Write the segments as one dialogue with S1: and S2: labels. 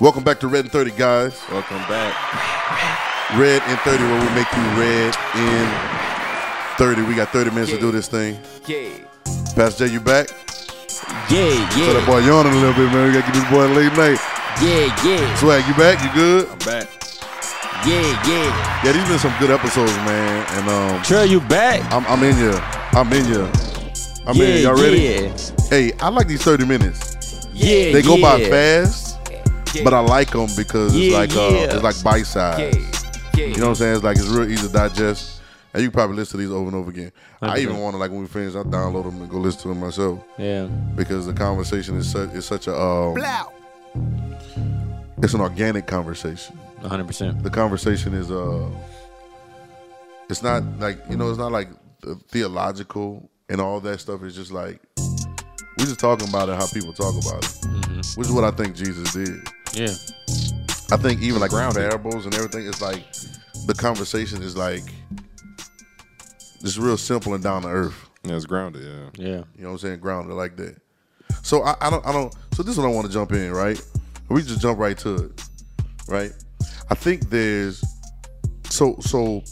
S1: Welcome back to Red and 30, guys.
S2: Welcome back.
S1: Red and 30, where we make you red in 30. We got 30 minutes to do this thing.
S2: Yeah.
S1: Pastor J, you back?
S2: Yeah,
S1: So that boy yawning a little bit, man. We got to give this boy a late night.
S2: Yeah, yeah.
S1: Swag, you back? You good?
S2: Back. Yeah, yeah.
S1: Yeah, these been some good episodes, man. And um,
S2: Trey, you back?
S1: I'm, I'm in ya. I'm in ya. I'm
S2: yeah,
S1: in ya. Y'all ready?
S2: Yeah,
S1: Hey, I like these 30 minutes.
S2: yeah.
S1: They go
S2: yeah.
S1: by fast, but I like them because it's
S2: Yeah,
S1: like uh,
S2: yeah.
S1: it's like bite size.
S2: Yeah, yeah.
S1: You know what I'm saying? It's like it's real easy to digest. And you can probably listen to these over and over again. I even
S2: 100%.
S1: want to like when we finish, I download them and go listen to them myself
S2: Yeah.
S1: because the conversation is such is such a um, it's an organic conversation.
S2: 100%.
S1: The conversation is uh, it's not like you know, it's not like the theological and all that stuff. It's just like we're just talking about it how people talk about it, which is what I think Jesus did.
S2: Yeah.
S1: I think even like ground parables and everything, it's like the conversation is like just real simple and down to earth.
S3: Yeah, it's grounded. Yeah.
S2: Yeah.
S1: You know what I'm saying? Grounded like that. So I, I don't I don't so this is what I want to jump in, right? We just jump right to it. Right? I think there's so so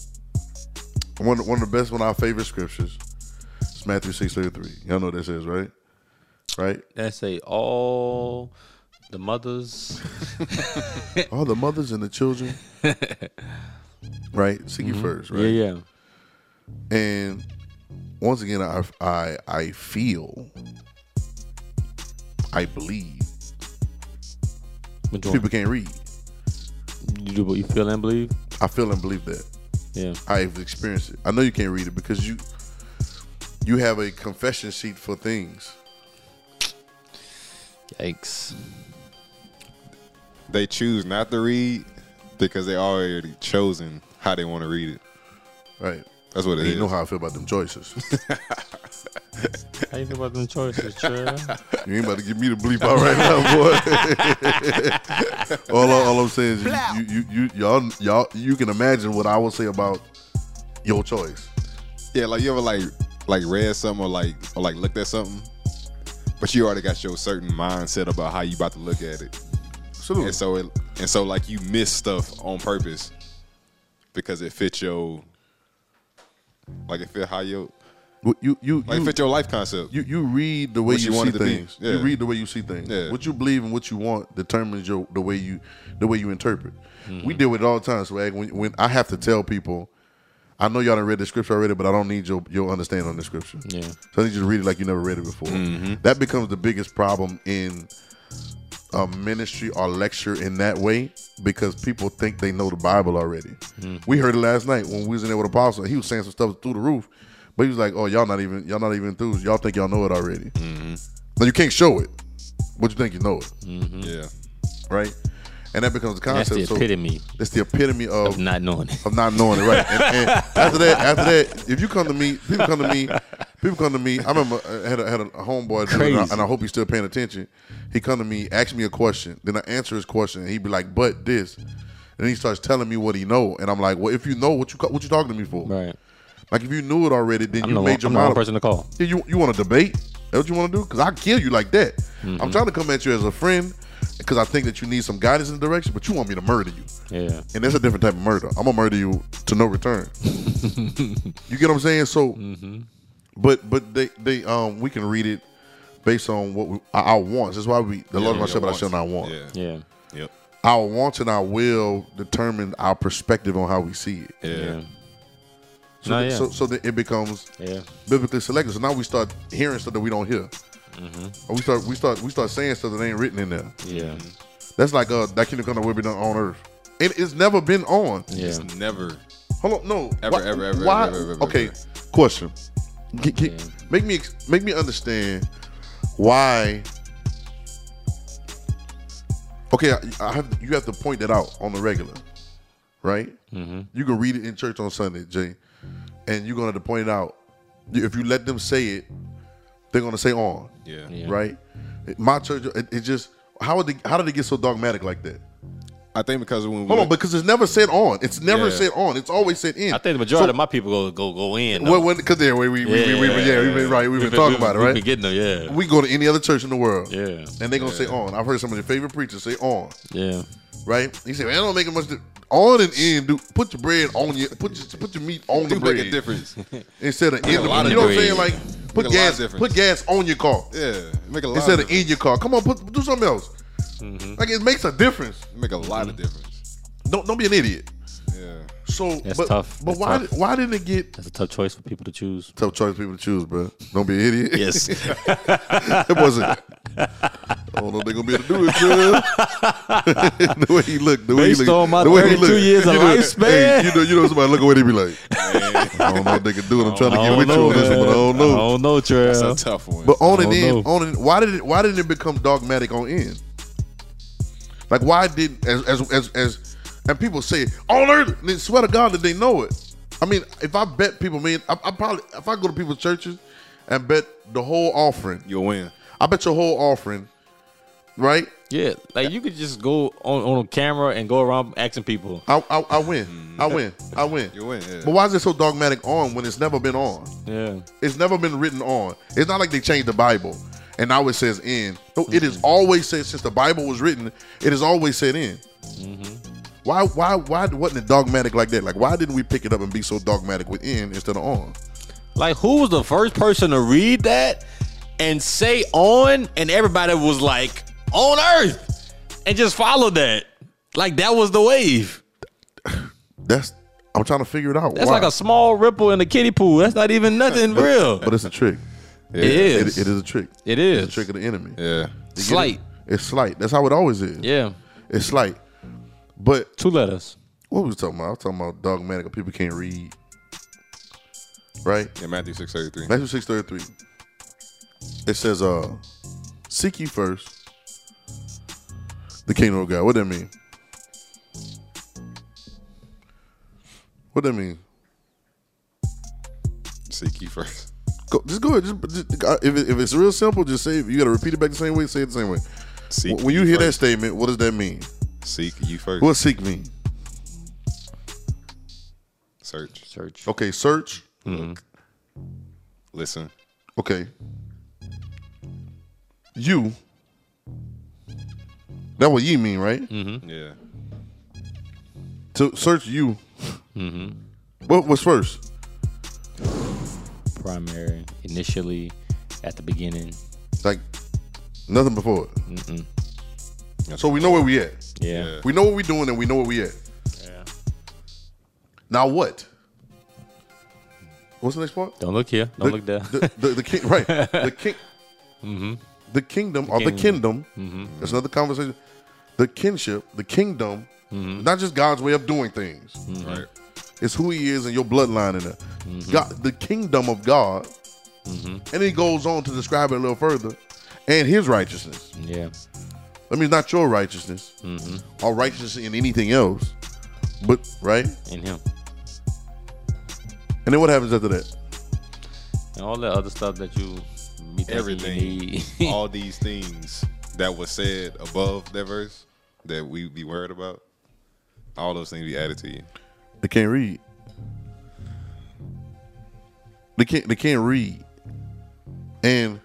S1: one one of the best one of our favorite scriptures is Matthew six thirty three. Y'all know what this is, right? Right?
S2: That say all the mothers.
S1: All the mothers and the children. right? Seek you first, right?
S2: Mm-hmm. Yeah, yeah.
S1: And once again, I I I feel, I believe
S2: Which one?
S1: people can't read.
S2: You do what you feel and believe?
S1: I feel and believe that
S2: Yeah.
S1: I've experienced it. I know you can't read it because you you have a confession sheet for things.
S2: Yikes.
S3: They choose not to read because they already chosen how they want to read it.
S1: Right.
S3: That's what it
S1: And
S3: is.
S1: you know how I feel about them choices.
S2: How you know about them choices, Trey?
S1: you ain't about to give me the bleep out right now, boy. all, I- all I'm saying is you, you, you, you, all y'all, you can imagine what I will say about your choice.
S3: yeah, like you ever like like read something or like or like looked at something, but you already got your certain mindset about how you about to look at it,
S1: Absolutely.
S3: and so it and so like you miss stuff on purpose because it fits your like it fit how your
S1: What you, you,
S3: like
S1: you-
S3: it fit your life concept.
S1: you you read the way
S3: What
S1: you,
S3: you want
S1: see
S3: it to be.
S1: things.
S3: Yeah.
S1: You read the way you see things.
S3: Yeah.
S1: What you believe and what you want determines your the way you the way you interpret.
S3: Mm-hmm.
S1: We deal with it all the time, swag. When when I have to tell people, I know y'all done read the scripture already, but I don't need your your understanding on the scripture.
S2: Yeah.
S1: So I need you to read it like you never read it before. That becomes the biggest problem in a ministry or lecture in that way because people think they know the Bible already. We heard it last night when we was in there with Apostle. He was saying some stuff through the roof, but he was like, "Oh, y'all not even y'all not even through. Y'all think y'all know it already. Now you can't show it, but you think you know it,
S3: Yeah,
S1: right? And that becomes the
S2: That's
S1: concept.
S2: the
S1: So
S2: epitome
S1: it's the epitome of
S2: of not knowing it.
S1: of not knowing it right. And, and after that, after that, if you come to me, people come to me, people come to me. I remember I had a, had a homeboy, dude, and, I,
S2: Crazy.
S1: and I hope he's still paying attention. He come to me, ask me a question, then I answer his question, and he'd be like, "But this," and then he starts telling me what he know, and I'm like, "Well, if you know what you ca- what you talking to me for?
S2: Right.
S1: Like if you knew it already, then
S2: I'm
S1: you
S2: the wrong,
S1: made your
S2: I'm the wrong
S1: mind. up.
S2: person to call.
S1: Yeah, you you want to debate? That's what you want to do? Because I kill you like that. I'm trying to come at you as a friend because I think that you need some guidance and direction, but you want me to murder you
S2: Yeah.
S1: and that's a different type of murder. I'm gonna murder you to no return. you get what I'm saying? So,
S3: Mm-hmm.
S1: but but they they um we can read it based on what we, our, our wants. That's why we the Lord of
S3: Yeah,
S1: myself,
S3: your
S1: but I shall not
S3: wants.
S1: want.
S3: Yeah,
S2: Yeah.
S3: yep,
S1: Our wants and our will determine our perspective on how we see it.
S3: yeah.
S2: Yeah.
S1: So,
S2: Nah,
S1: that-
S2: yeah.
S1: so so that it becomes
S2: Yeah.
S1: biblically selective. So now we start hearing stuff that we don't hear. Or we start we start we start saying stuff that ain't written in there.
S2: Yeah.
S1: That's like uh that kingdom come that will be done on earth. It, it's never been on.
S2: Yeah.
S3: It's never.
S1: Hold on, no.
S3: Ever,
S1: why,
S3: ever, ever,
S1: why-
S3: ever, ever, Mm. ever,
S1: okay,
S3: ever.
S1: question. G- g-
S2: Yeah.
S1: Make me ex- make me understand why. Okay, I, I have you have to point that out on the regular, right?
S3: Mm-hmm.
S1: You can read it in church on Sunday, Jay, and you're gonna have to point it out. You- If you let them say it, they're gonna say on,
S3: Yeah.
S2: Yeah.
S1: right? It- My church, it, it just how did they, how did it get so dogmatic like that?
S3: I think because when we
S1: Hold on,
S3: look-
S1: because it's never said on. It's never
S3: Yeah.
S1: said on. It's always said in.
S4: I think the majority of my people go go go in. though.
S1: Well, when because there we we we, we, we, yeah we've been right we've been talking about it
S4: We've
S1: right.
S4: been getting them.
S1: We go to any other church in the world,
S4: Yeah. Yeah.
S1: and they're gonna say on. I've heard some of your favorite preachers say on.
S4: Yeah.
S1: Right? He said, "Man, I don't make it much." Di- on and in, do put your bread on your put your put your meat on the
S3: do make a
S1: bread
S3: difference.
S1: instead of in
S3: a
S1: the.
S3: lot of
S1: You know what I'm
S4: difference.
S1: saying? Like put
S3: Make a lot of
S1: gas
S3: difference.
S1: put gas on your car
S3: Yeah, make a lot.
S1: instead
S3: of Mm-hmm.
S1: of in your car. Come on, put do something else. Like it makes a difference.
S3: difference. make a lot of difference.
S1: Don't don't be an idiot.
S3: Yeah,
S1: So,
S4: That's
S1: but
S4: tough.
S1: but
S4: That's
S1: why
S4: tough.
S1: Did, why didn't it get
S4: That's a tough choice for people to choose.
S1: tough choice for people to choose, bro? Don't be an idiot.
S4: Yes.
S1: It wasn't. I don't know if they're gonna be able to do it, man. the way he looked, the way
S4: Based
S1: he looked,
S4: on my
S1: the way he
S4: 32
S1: looked.
S4: years of
S1: You know,
S4: lifespan.
S1: Hey, you know, you know, somebody look away, they be like, I don't know if they can do it. I'm trying to get
S4: I don't
S1: with you
S4: know,
S1: on this one,
S4: man.
S1: but I don't know.
S4: I don't know,
S3: it's a
S4: Trail.
S3: tough one.
S1: But on and
S4: I don't
S1: in,
S4: know.
S1: on and why did it? Why didn't it become dogmatic on end? Like why did as as as as and people say on earth? Then swear to God that they know it. I mean, if I bet people, man, I, I probably if I go to people's churches and bet the whole offering,
S3: You'll win.
S1: I bet your whole offering, right?
S4: Yeah, like you could just go on on camera and go around asking people.
S1: I I, I win, I win, I win.
S3: You win, yeah.
S1: But why is it so dogmatic on when it's never been on?
S4: Yeah.
S1: It's never been written on. It's not like they changed the Bible and now it says in. No, it is always said since the Bible was written, it is always said in. Why why why wasn't it dogmatic like that? Like why didn't we pick it up and be so dogmatic with in instead of on?
S4: Like who was the first person to read that and say on and everybody was like on earth and just followed that. Like that was the wave.
S1: That's I'm trying to figure it out.
S4: That's
S1: why.
S4: like a small ripple in the kiddie pool. That's not even nothing real.
S1: but it's a trick.
S3: Yeah.
S4: it
S1: It,
S4: is.
S1: it is a trick.
S4: It
S1: It's a
S4: is.
S1: trick of the enemy.
S3: Yeah,
S4: Slight.
S1: It's slight. That's how it always is.
S4: Yeah.
S1: It's slight. But
S4: Two letters.
S1: what was we talking about? I was talking about dogmatic or people can't read. Right?
S3: yeah. Matthew six thirty three.
S1: Matthew six thirty three. It says, "Uh, seek ye first the kingdom of God." What that mean? What that mean?
S3: Seek you first.
S1: Go, just go ahead. Just, just, uh, if, it, if it's real simple, just say it. You got to repeat it back the same way. Say it the same way.
S3: Seek
S1: when you hear that
S3: first.
S1: statement, what does that mean?
S3: seek you first.
S1: What seek mean?
S3: Search,
S4: Search.
S1: Okay, search.
S3: listen,
S1: Okay. You. That what ye mean, right?
S3: yeah.
S1: To search you. What was first?
S4: Primary. Initially. At the beginning.
S1: Like nothing before it. So we know where we at.
S4: Yeah.
S1: We know what we doing and we know where we at.
S4: yeah.
S1: Now what? What's the next part?
S4: Don't look here. Don't look there.
S1: The, the, the king, right? The king, the kingdom or the kingdom. That's another conversation. The kinship, the kingdom, not just God's way of doing things.
S3: Right.
S1: It's who He is and your bloodline in it. God, the kingdom of God, and He goes on to describe it a little further, and His righteousness.
S4: yeah.
S1: I mean, not your righteousness or righteousness in anything else, but right.
S4: And him.
S1: And then what happens after that?
S4: And all that other stuff that you be thinking you
S3: Everything,
S4: need.
S3: all these things that was said above that verse that we be worried about, all those things be added to you.
S1: They can't read. They can't. They can't read. And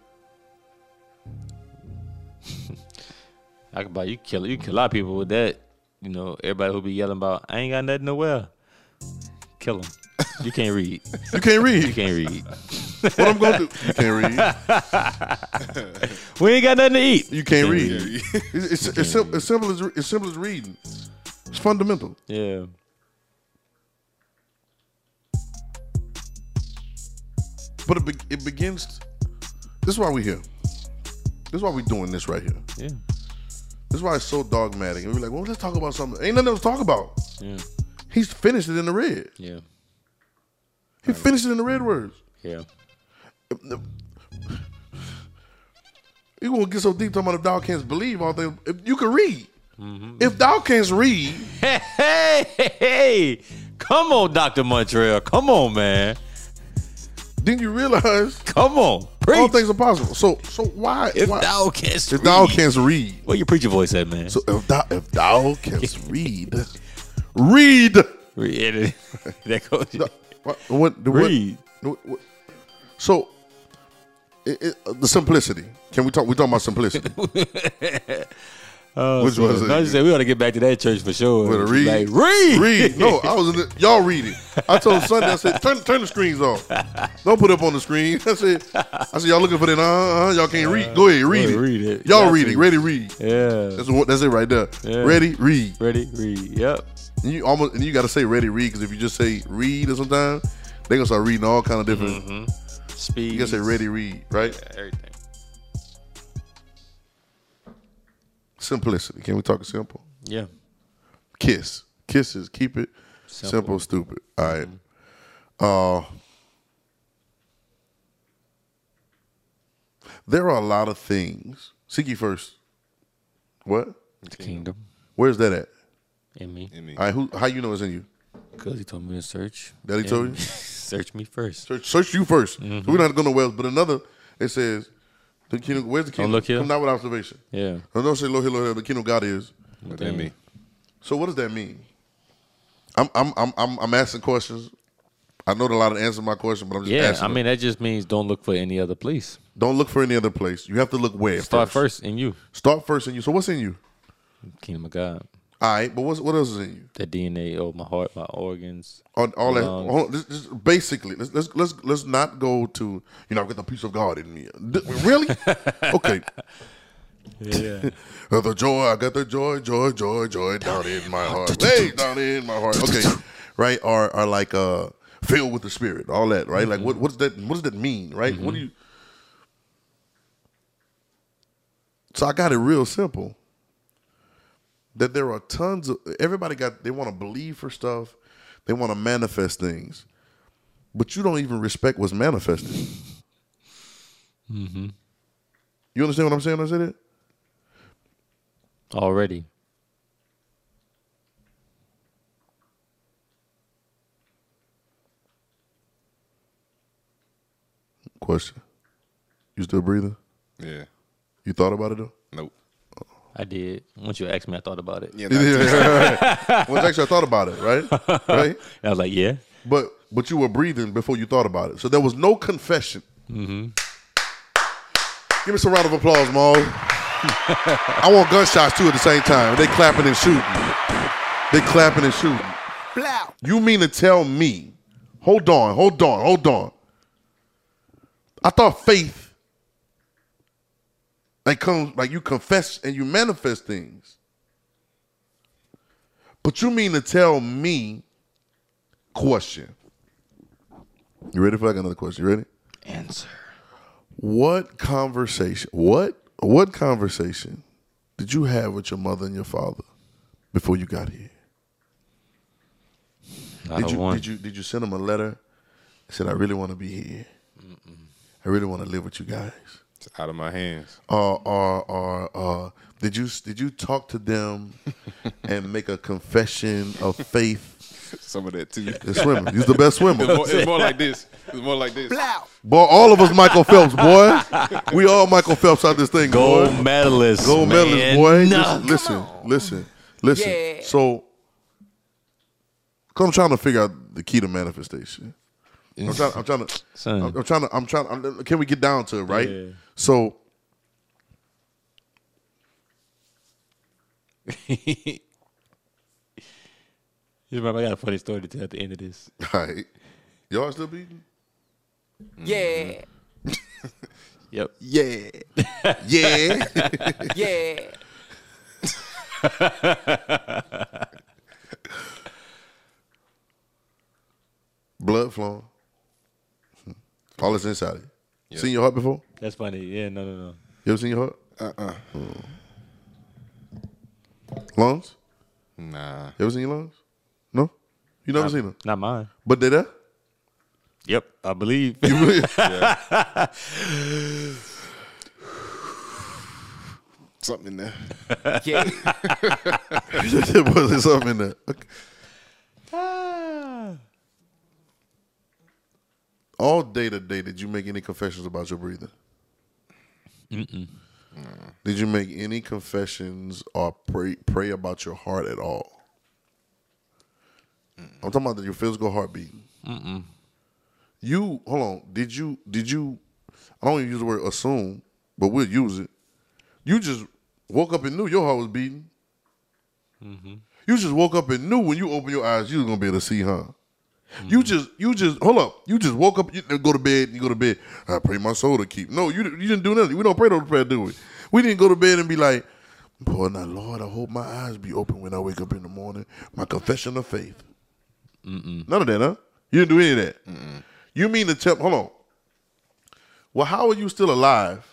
S4: I could buy you kill you kill a lot of people with that. You know, everybody who be yelling about I ain't got nothing to wear. Kill them. You can't read.
S1: you can't
S4: You
S1: read.
S4: can't read.
S1: what I'm going to do? You can't read.
S4: We ain't got nothing to eat.
S1: You can't read.
S3: Yeah.
S1: It's, it's, it's, sim- it's simple as re- it's simple as reading. It's fundamental.
S4: Yeah.
S1: But it, be- it begins. This is why we here. This is why we doing this right here.
S4: Yeah.
S1: This is why it's so dogmatic. And we're like, well, let's talk about something. Ain't nothing else to talk about.
S4: Yeah.
S1: He's finished it in the red.
S4: Yeah.
S1: He finished it in the red words.
S4: Yeah.
S1: You gonna get so deep talking about if thou can't believe all things. If you can read. If thou can't read,
S4: Hey, hey, hey, hey. Come on, Dr. Montreal. Come on, man.
S1: then you realize
S4: Come on,
S1: all
S4: preach.
S1: things are possible. So so why
S4: if
S1: why,
S4: thou canst,
S1: if thou
S4: read.
S1: canst read?
S4: where your preacher voice at, man?
S1: So if thou if thou canst read, read.
S4: Read it. that goes.
S1: What, what, the- what-
S4: Read.
S1: what- what- so it, it, the simplicity. Can we talk? We talking about simplicity.
S4: Oh,
S1: Which was
S4: No, I
S1: it?
S4: just said we ought to get back to that church for sure.
S1: With a read.
S4: Like, read,
S1: Read. No, I was in the, y'all read it. I told Sunday, I said, turn, turn the screens off. Don't put it up on the screen. I said, I said, y'all looking for that? Uh, uh, y'all can't read. Go ahead, read,
S4: ahead,
S1: it.
S4: read it.
S1: Y'all
S4: Got
S1: read
S4: to.
S1: it. Ready, read.
S4: Yeah.
S1: That's what. That's it right there.
S4: Yeah.
S1: Ready, read.
S4: Ready, read. Yep.
S1: And you almost and you got to say ready, read because if you just say read or sometimes they gonna start reading all kind of different.
S4: Mm-hmm. Speed.
S1: You gotta say ready, read, right?
S4: everything.
S1: Simplicity. Can we talk simple?
S4: Yeah.
S1: Kiss. Kisses. Keep it simple,
S4: Simple. Mm-hmm.
S1: stupid. All right. Uh, there are a lot of things. Seek ye first. What?
S4: The kingdom
S1: Where's that at?
S4: in me.
S3: In me.
S1: All right. Who? How you know it's in you?
S4: Because he told me to search.
S1: That he
S4: in
S1: told you?
S4: me. search me first.
S1: Search, search you 1st
S4: Mm-hmm.
S1: So we're not gonna well. But another, it says, the kingdom. Where's the kingdom?
S4: Oh, look here.
S1: Come not with observation.
S4: Yeah.
S1: Oh, don't say Lord, here, Lord, here, the kingdom of God is.
S3: Within me.
S1: So what does that mean? I'm I'm I'm I'm, I'm asking questions. I know a lot of answer my question, but I'm just
S4: Yeah.
S1: asking.
S4: I mean, that just means don't look for any other place.
S1: don't look for any other place. You have to look where.
S4: Start first in you.
S1: Start first in you. So what's in you?
S4: Kingdom of God.
S1: All right, but what's, what else is in you?
S4: The DNA of my heart, my organs.
S1: On all that,
S4: Lungs.
S1: all, this, this- basically, let's, let's let's let's not go to you know I've got the peace of God in me. D- really? okay.
S4: Yeah.
S1: Uh, The joy, I got the joy, joy, joy, joy down in my heart. Hey, down in my heart. Okay, right? Are are like uh filled with the spirit, all that, right? Like
S4: Mm-hmm.
S1: what what's that? What does that mean, right? What do you? So I got it real simple. That there are tons of everybody got they want to believe for stuff, they want to manifest things, but you don't even respect what's manifested. You understand what I'm saying? when I said it.
S4: Already.
S1: Question. You still breathing?
S3: Yeah.
S1: You thought about it though?
S3: Nope.
S4: I did. Once you asked me, I thought about it.
S3: Yeah. that's-
S1: well, actually, I thought about it, right? Right?
S4: I was like, yeah.
S1: But but you were breathing before you thought about it, so there was no confession. Give me some round of applause, Maul. I want gunshots too at the same time. They clapping and shooting. They clapping and shooting. You mean to tell me? Hold on, hold on, hold on. I thought faith like comes like you confess and you manifest things. But you mean to tell me question? You ready for like another question? You ready?
S4: Answer.
S1: What conversation? What what conversation did you have with your mother and your father before you got here?
S4: Not
S1: Did
S4: a
S1: you
S4: one.
S1: did you did you send them a letter? Said I really want to be here. I really want to live with you guys.
S3: It's out of my hands.
S1: or or or uh, did you did you talk to them and make a confession of faith?
S3: Some of that too.
S1: The swimmer, he's the best
S3: It's
S1: swimmer.
S3: more, it's more like this. It's more like this.
S1: Boy, all of us Michael Phelps, boy. We all Michael Phelps out this thing, boy.
S4: Gold medalist.
S1: Gold medalist,
S4: man.
S1: boy.
S4: Nah.
S1: Listen, listen, listen, listen. So, I'm trying to figure out the key to manifestation. I'm trying. I'm trying to.
S4: Son.
S1: I'm, I'm trying to. I'm trying. I'm, can we get down to it, right?
S4: Yeah.
S1: So,
S4: You remember, I got a funny story to tell at the end of this.
S1: all right. Y'all still beating?
S2: Mm-hmm.
S4: Yep.
S3: Yeah.
S1: Yeah. Blood flowing. Hmm. All that's inside it. Seen your heart before?
S4: That's funny. Yeah, no, no, no.
S1: You ever seen your heart? Uh uh Lungs?
S3: Nah.
S1: You ever seen your lungs? No? You never seen them?
S4: Not mine.
S1: But they there?
S4: Yep, I believe.
S1: You really-
S3: Something in there.
S1: there wasn't something in there. Okay.
S4: Ah.
S1: all day today, did you make any confessions about your breathing? Did you make any confessions or pray pray about your heart at all? I'm talking about your physical heartbeat. You hold on. Did you did you? I don't even use the word assume, but we'll use it. You just woke up and knew your heart was beating. You just woke up and knew when you open your eyes you was gonna be able to see, huh? You just, you just, hold up. You just woke up, you go to bed, you go to bed. I pray my soul to keep. No, you, you didn't do nothing. We don't pray no prayer, do we? We didn't go to bed and be like, boy, now, Lord, I hope my eyes be open when I wake up in the morning. My confession of faith. None of that, huh? You didn't do any of that. You mean to tell, hold on. Well, how are you still alive?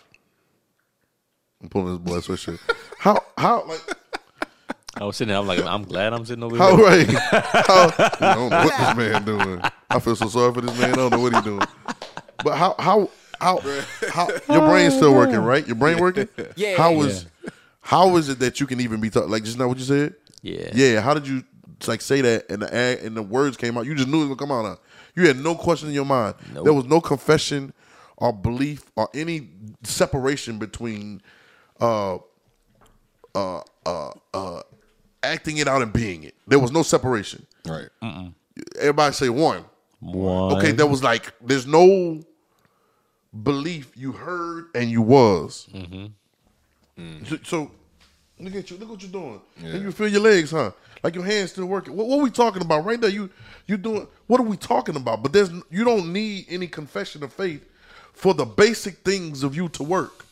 S1: I'm pulling this boy sweatshirt. how, how, like,
S4: I was sitting there. I'm like, I'm glad I'm sitting over
S1: how,
S4: here.
S1: right? How, I don't know what this man doing. I feel so sorry for this man. I don't know what he doing. But how how how, how your brain's still working, right? Your brain working?
S5: Yeah.
S1: How was how is it that you can even be talking like just not what you said?
S4: Yeah.
S1: Yeah. How did you like say that and the ad, and the words came out? You just knew it was gonna come out. Huh? You had no question in your mind.
S4: Nope.
S1: There was no confession or belief or any separation between uh uh uh uh acting it out and being it. There was no separation.
S3: Right.
S1: Everybody say one.
S4: One.
S1: Okay, there was like there's no belief you heard and you was. Mm. So, so look at you, look what you're doing, and you feel your legs, huh? Like your hands still working. What, what we talking about right there? You you doing? What are we talking about? But there's you don't need any confession of faith for the basic things of you to work,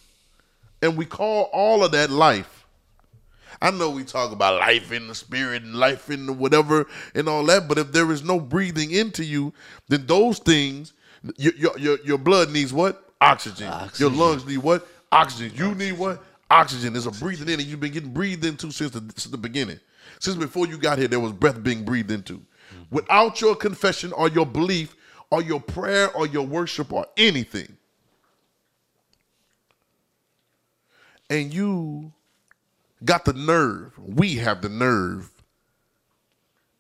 S1: and we call all of that life. I know we talk about life in the spirit and life in the whatever and all that, but if there is no breathing into you, then those things, your your your, your blood needs what? Oxygen. Your lungs need what? Oxygen. You need what? Oxygen. There's a breathing in, and you've been getting breathed into since the since the beginning. Since before you got here, there was breath being breathed into. Without your confession or your belief or your prayer or your worship or anything, and you got the nerve, we have the nerve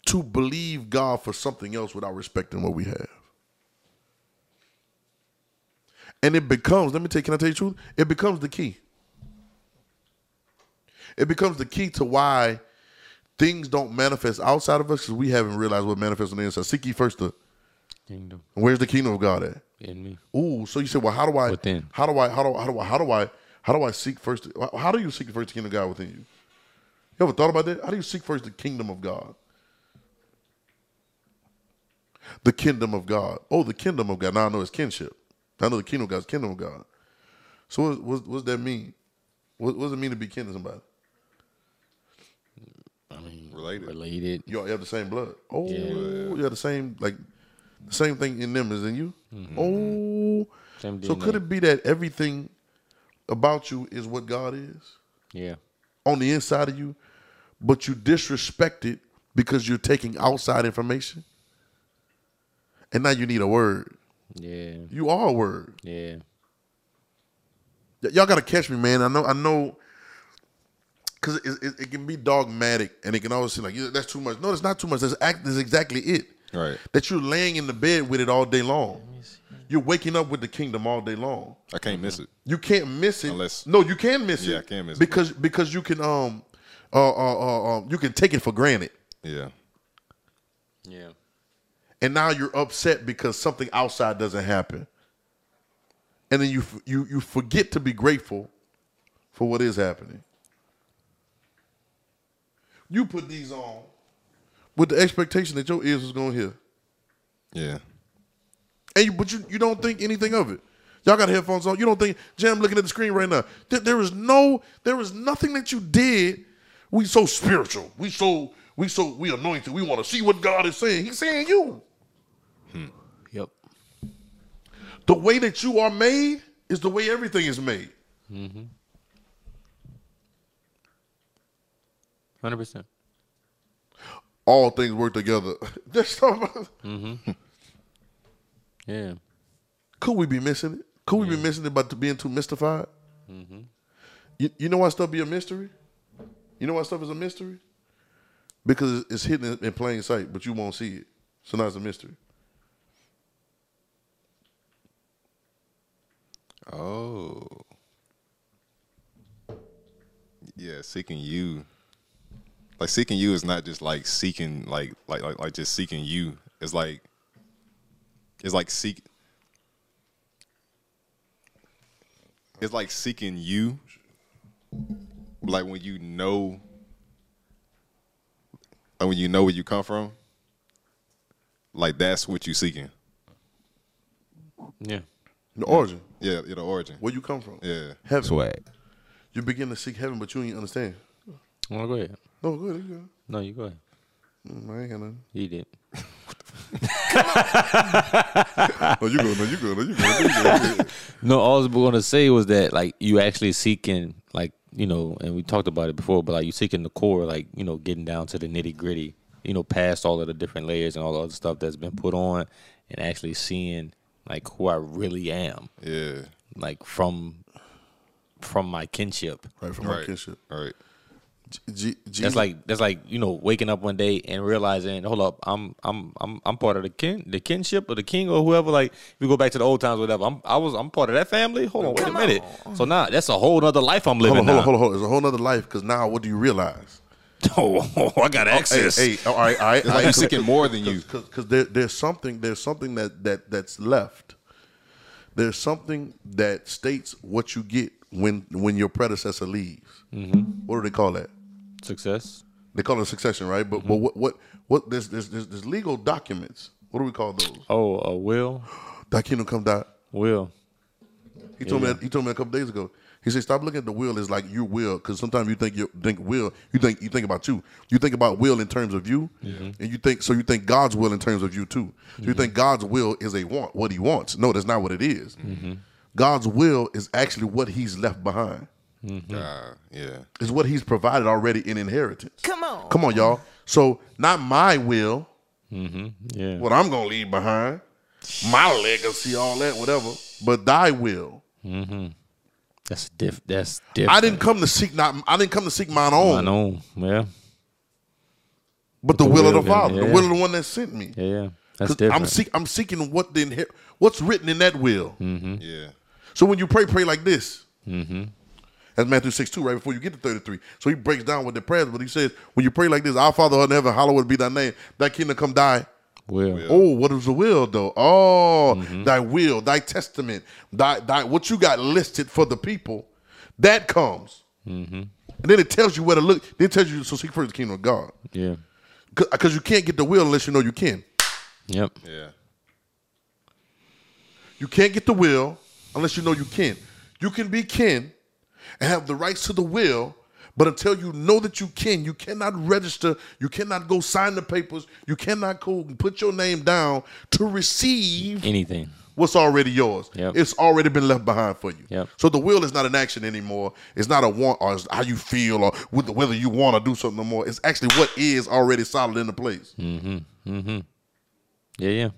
S1: to believe God for something else without respecting what we have. And it becomes, let me tell you, can I tell you the truth? It becomes the key. It becomes the key to why things don't manifest outside of us because we haven't realized what manifests on the inside. Seek ye first the
S2: Kingdom
S1: where's the kingdom of God at?
S2: in me.
S1: Ooh, so you said, well, how do I?
S2: Within.
S1: How do I? How do I? How do I? How do I? How do I seek first? How do you seek first the kingdom of God within you? You ever thought about that? How do you seek first the kingdom of God? The kingdom of God. Oh, the kingdom of God. Now I know it's kinship. I know the kingdom of God is kingdom of God. So what, what, what does that mean? What, what does it mean to be kin to somebody?
S4: I mean,
S3: Related.
S4: Related.
S1: You all have the same blood. Oh, you have the same like the same thing in them as in you. Oh,
S2: Same
S1: so
S2: DNA.
S1: could it be that everything about you is what God is
S2: Yeah.
S1: on the inside of you, but you disrespect it because you're taking outside information, and now you need a word.
S2: Yeah.
S1: You are a word.
S2: Yeah.
S1: Y- y'all gotta catch me, man. I know, I know, because it, it, it can be dogmatic, and it can always seem like "Yeah, that's too much. No, it's not too much. That's act. That's exactly it.
S3: Right.
S1: That you're laying in the bed with it all day long. You're waking up with the kingdom all day long.
S3: I can't miss it.
S1: You can't miss it.
S3: Unless-
S1: no, you can miss it.
S3: Yeah, I can miss it.
S1: because because you can um uh, uh, uh um you can take it for granted,
S3: Yeah.
S4: Yeah.
S1: and now you're upset because something outside doesn't happen, and then you f- you you forget to be grateful for what is happening. You put these on with the expectation that your ears was gonna hear.
S3: Yeah.
S1: and you, but you, you don't think anything of it. Y'all got headphones on. You don't think, Jam, looking at the screen right now. There, there is no, there is nothing that you did. We so spiritual. We so, we so, we anointed. We want to see what God is saying. He's saying you.
S4: Yep.
S1: The way that you are made is the way everything is made.
S2: Hundred percent.
S1: All things work together. That's something-
S2: Yeah.
S1: Could we be missing it? Could we be missing it by t- being too mystified? Mm-hmm. You, you know why stuff be a mystery? You know why stuff is a mystery? Because it's hidden in plain sight, but you won't see it. So now it's a mystery.
S3: Oh. Yeah, seeking you. Like seeking you is not just like seeking like like like, like just seeking you. It's like it's like seek It's like seeking you. Like when you know like when you know where you come from. Like that's what you seeking.
S4: Yeah.
S1: The origin,
S3: Yeah, yeah, the origin.
S1: where you come from.
S3: Yeah.
S1: Heaven.
S4: Swag.
S1: You begin to seek heaven, but you ain't understand.
S2: Well, go ahead.
S1: No, good. you good.
S2: No, you go ahead.
S1: Mm, I ain't got nothing.
S2: He did.
S1: No, you good. No, you good. No, you good. No, you good.
S4: No, all I was gonna say was that like you actually seeking like you know, and we talked about it before, but like you seeking the core, like you know, getting down to the nitty gritty, you know, past all of the different layers and all the other stuff that's been put on, and actually seeing like who I really am,
S3: Yeah.
S4: like from from my kinship.
S1: Right from my
S3: Right.
S1: kinship.
S3: All right.
S1: G- G-
S4: That's like that's like you know waking up one day and realizing, hold up, I'm I'm I'm I'm part of the kin the kinship or the king or whoever. Like if you go back to the old times, or whatever. I'm I was I'm part of that family. Hold on, wait a minute. So now that's a whole other life I'm
S1: Hold on, hold
S4: living now.
S1: on, hold on, hold on. It's a whole nother life because now what do you realize?
S4: Oh, I got access.
S1: Hey, hey, all right, all right. all right.
S3: you seeking more than you.
S1: Because there, there's something, there's something that, that that's left. There's something that states what you get when when your predecessor leaves. What do they call that?
S4: Success.
S1: They call it succession, right? But but what what what? There's there's, there's there's legal documents. What do we call those?
S4: Oh, a will,
S1: Thy kingdom come. Thy
S4: will.
S1: He told me that he told me a couple days ago. He said, "Stop looking at the will as like your will, because sometimes you think you think will, you think you think about you, you think about will in terms of you, and you think so you think God's will in terms of you too. So you think God's will is a want, what He wants. No, that's not what it is. God's will is actually what He's left behind.
S4: Mm-hmm.
S3: Uh, yeah.
S1: It's what He's provided already in inheritance.
S5: Come on.
S1: Come on, y'all. So not my will,
S2: Yeah.
S1: what I'm gonna leave behind, my legacy, all that, whatever, but Thy will."
S4: That's diff. That's different.
S1: I didn't come to seek not I didn't come to seek mine own.
S4: I know. Yeah.
S1: But the, will, of the
S4: will,
S1: Father, the
S4: yeah.
S1: will of the one that sent me.
S4: Yeah. yeah. That's
S1: 'Cause
S4: different.
S1: I'm seek, I'm seeking what the inher- what's written in that will.
S4: Mm-hmm.
S3: Yeah.
S1: So when you pray, pray like this. That's Matthew 6 2, right before you get to 33. So he breaks down with the prayers, but he says, When you pray like this, Our Father in heaven, hallowed be thy name, thy kingdom come, thy.
S4: will.
S1: Oh, what is the will though? Oh, thy will, thy testament, thy, thy what you got listed for the people, that comes. And then it tells you where to look. Then it tells you, so seek first the kingdom of God.
S4: Yeah.
S1: Because you can't get the will unless you know you can.
S4: Yep.
S3: Yeah.
S1: You can't get the will unless you know you can. You can be kin and have the rights to the will, but until you know that you can, you cannot register, you cannot go sign the papers, you cannot go and put your name down to receive
S4: Anything.
S1: what's already yours.
S4: Yep.
S1: It's already been left behind for you.
S4: Yep.
S1: So the will is not an action anymore. It's not a want or it's how you feel or whether whether you want to do something no more. It's actually what is already solid in the place.
S4: Hmm. Yeah. Yeah.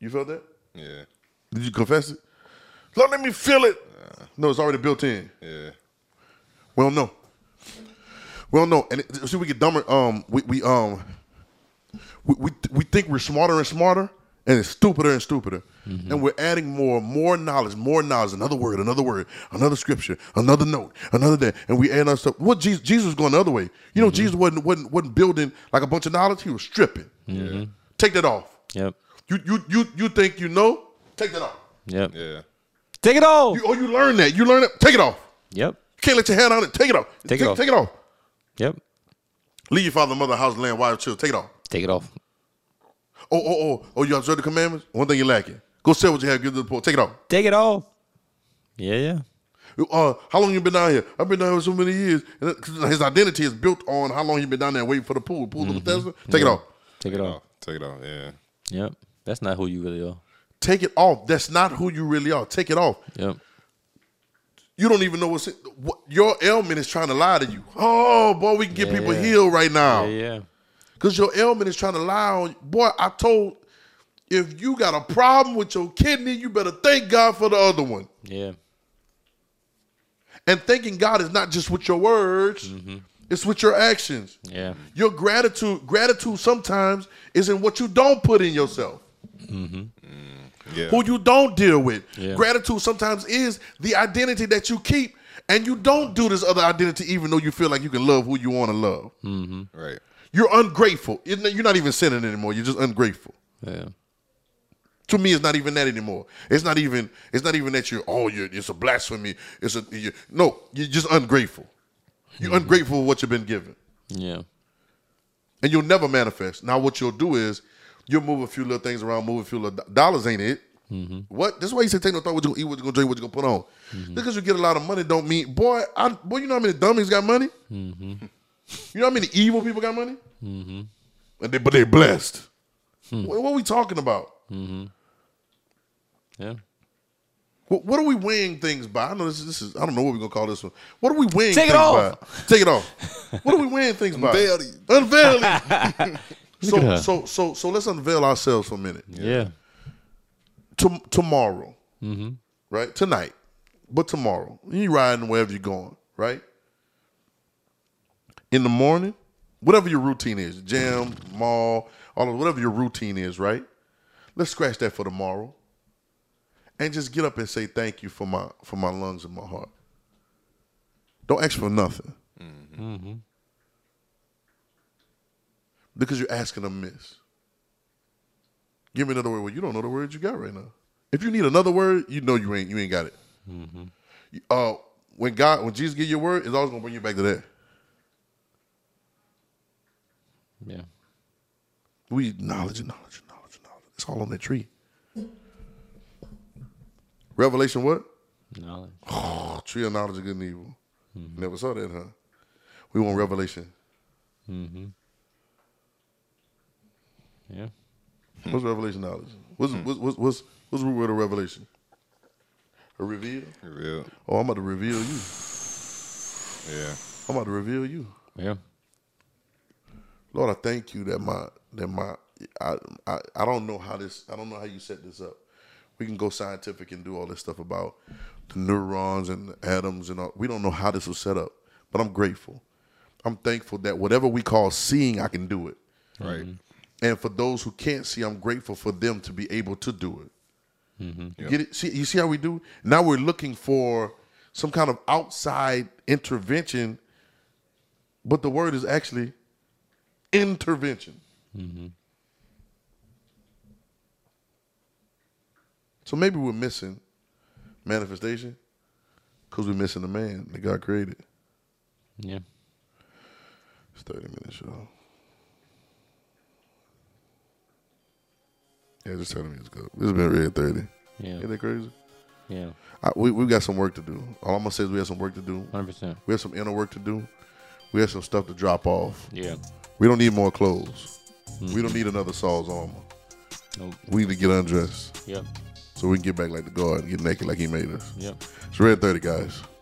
S1: You feel that?
S3: Yeah.
S1: Did you confess it? Lord, let me feel it. No, it's already built in.
S3: Yeah.
S1: We don't know. We don't know. And it, see, we get dumber. Um, we we um, we, we we think we're smarter and smarter, and it's stupider and stupider.
S4: Mm-hmm.
S1: And we're adding more, more knowledge, more knowledge. Another word, another word, another scripture, another note, another that. And we add our stuff. What Jesus, Jesus was going the other way. You
S4: Mm-hmm.
S1: know, Jesus wasn't wasn't wasn't building like a bunch of knowledge. He was stripping.
S4: Mm-hmm.
S1: Take that off.
S4: Yep.
S1: You you you you think you know? Take that off.
S4: Yep.
S3: Yeah.
S4: Take it off.
S1: You, oh, you learn that. You learn it. Take it off.
S4: Yep.
S1: You can't let your hand on it. Take it off.
S4: Take it off.
S1: Take it off.
S4: Yep.
S1: Leave your father, mother, house, land, wife, children. Take it off.
S4: Take it off.
S1: Oh, oh, oh, oh, you observe the commandments? One thing you're lacking. Go sell what you have, give to the poor. Take it off.
S4: Take it off. Yeah. Yeah.
S1: Uh, how long you been down here? I've been down here so many years. And that- 'cause His identity is built on how long he been down there waiting for the pool. Pool
S4: Mm-hmm.
S1: of Bethesda? Take it off.
S4: Take it
S3: Oh,
S4: off.
S3: take it off. Yeah.
S4: Yep. That's not who you really are.
S1: Take it off. That's not who you really are. Take it off.
S4: Yep.
S1: You don't even know what's in, what your ailment is trying to lie to you. Oh boy, we can get people healed right now.
S4: Yeah. Yeah.
S1: Cause your ailment is trying to lie on. Boy, I told if you got a problem with your kidney, you better thank God for the other one.
S4: Yeah.
S1: And thanking God is not just with your words,
S4: Mm-hmm.
S1: it's with your actions.
S4: Yeah.
S1: Your gratitude, gratitude sometimes is in what you don't put in yourself,
S3: Yeah.
S1: who you don't deal with.
S4: Yeah.
S1: Gratitude sometimes is the identity that you keep And you don't do this other identity even though you feel like you can love who you want to love.
S4: Mm.
S3: Right.
S1: You're ungrateful. You're not- you're not even sinning anymore. You're just ungrateful.
S4: Yeah.
S1: To me, it's not even that anymore. It's not even. It's not even that you're. Oh, you're, it's a blasphemy. It's a. you no, you're just ungrateful. You're
S4: Mm-hmm.
S1: ungrateful for what you've been given,
S4: Yeah.
S1: and you'll never manifest. Now, what you'll do is you'll move a few little things around. Move a few little do- dollars, ain't it? What? That's why you say take no thought. What you gonna eat? What you gonna drink? What you gonna put on? Because you get a lot of money, don't mean boy. I, boy, you know how many dummies got money? You know how many evil people got money? And they, but they're blessed. What, what are we talking about?
S4: Yeah.
S1: What, what are we weighing things by? I know this is, this is I don't know what we're gonna call this one. What are we weighing
S4: Take it
S1: things
S4: off.
S1: by? Take it off. What are we weighing things by?
S3: Unveil it.
S1: Unveil it.
S4: at
S1: so
S4: her.
S1: so so so let's unveil ourselves for a minute.
S4: Yeah.
S1: Tom- tomorrow, right? Tonight, but tomorrow, you riding wherever you're going, right? In the morning, whatever your routine is, gym, mall, all of whatever your routine is, right? Let's scratch that for tomorrow, and just get up and say thank you for my for my lungs and my heart. Don't ask for nothing, because you're asking amiss. Give me another word. Well, you don't know the word you got right now. If you need another word, you know you ain't you ain't got it. You- Uh, when God, when Jesus give you a word, it's always gonna bring you back to that.
S4: Yeah.
S1: We knowledge and knowledge and knowledge and knowledge. It's all on that tree. Revelation what?
S4: Knowledge.
S1: Oh, tree of knowledge of good and evil. Never saw that, huh? We want revelation.
S4: Yeah.
S1: What's revelation knowledge? What's what's what's what's, what's the root word of revelation? A reveal?
S3: Real.
S1: Oh, I'm about to reveal you.
S3: Yeah.
S1: I'm about to reveal you.
S4: Yeah.
S1: Lord, I thank you that my that my I, I I don't know how this I don't know how you set this up. We can go scientific and do all this stuff about the neurons and the atoms and all. We don't know how this was set up, but I'm grateful. I'm thankful that whatever we call seeing, I can do it.
S3: Right.
S4: Mm-hmm.
S1: And for those who can't see, I'm grateful for them to be able to do it. You Get it? See, you see how we do? Now we're looking for some kind of outside intervention, but the word is actually intervention. So maybe we're missing manifestation because we're missing the man that God created.
S4: Yeah.
S1: It's 30 minutes, y'all. Yeah, just 30 minutes ago. It's been red 30.
S4: Yeah.
S1: Ain't that crazy?
S4: Yeah.
S1: I, we, we got some work to do. All I'm going to say is we have some work to do.
S4: Hundred percent.
S1: We have some inner work to do. We have some stuff to drop off.
S4: Yeah.
S1: We don't need more clothes. We don't need another Saul's armor.
S4: Hmm. Nope.
S1: We need to get undressed
S4: Yep.
S1: so we can get back like the guard and get naked like he made us.
S4: Yep.
S1: It's red 30, guys.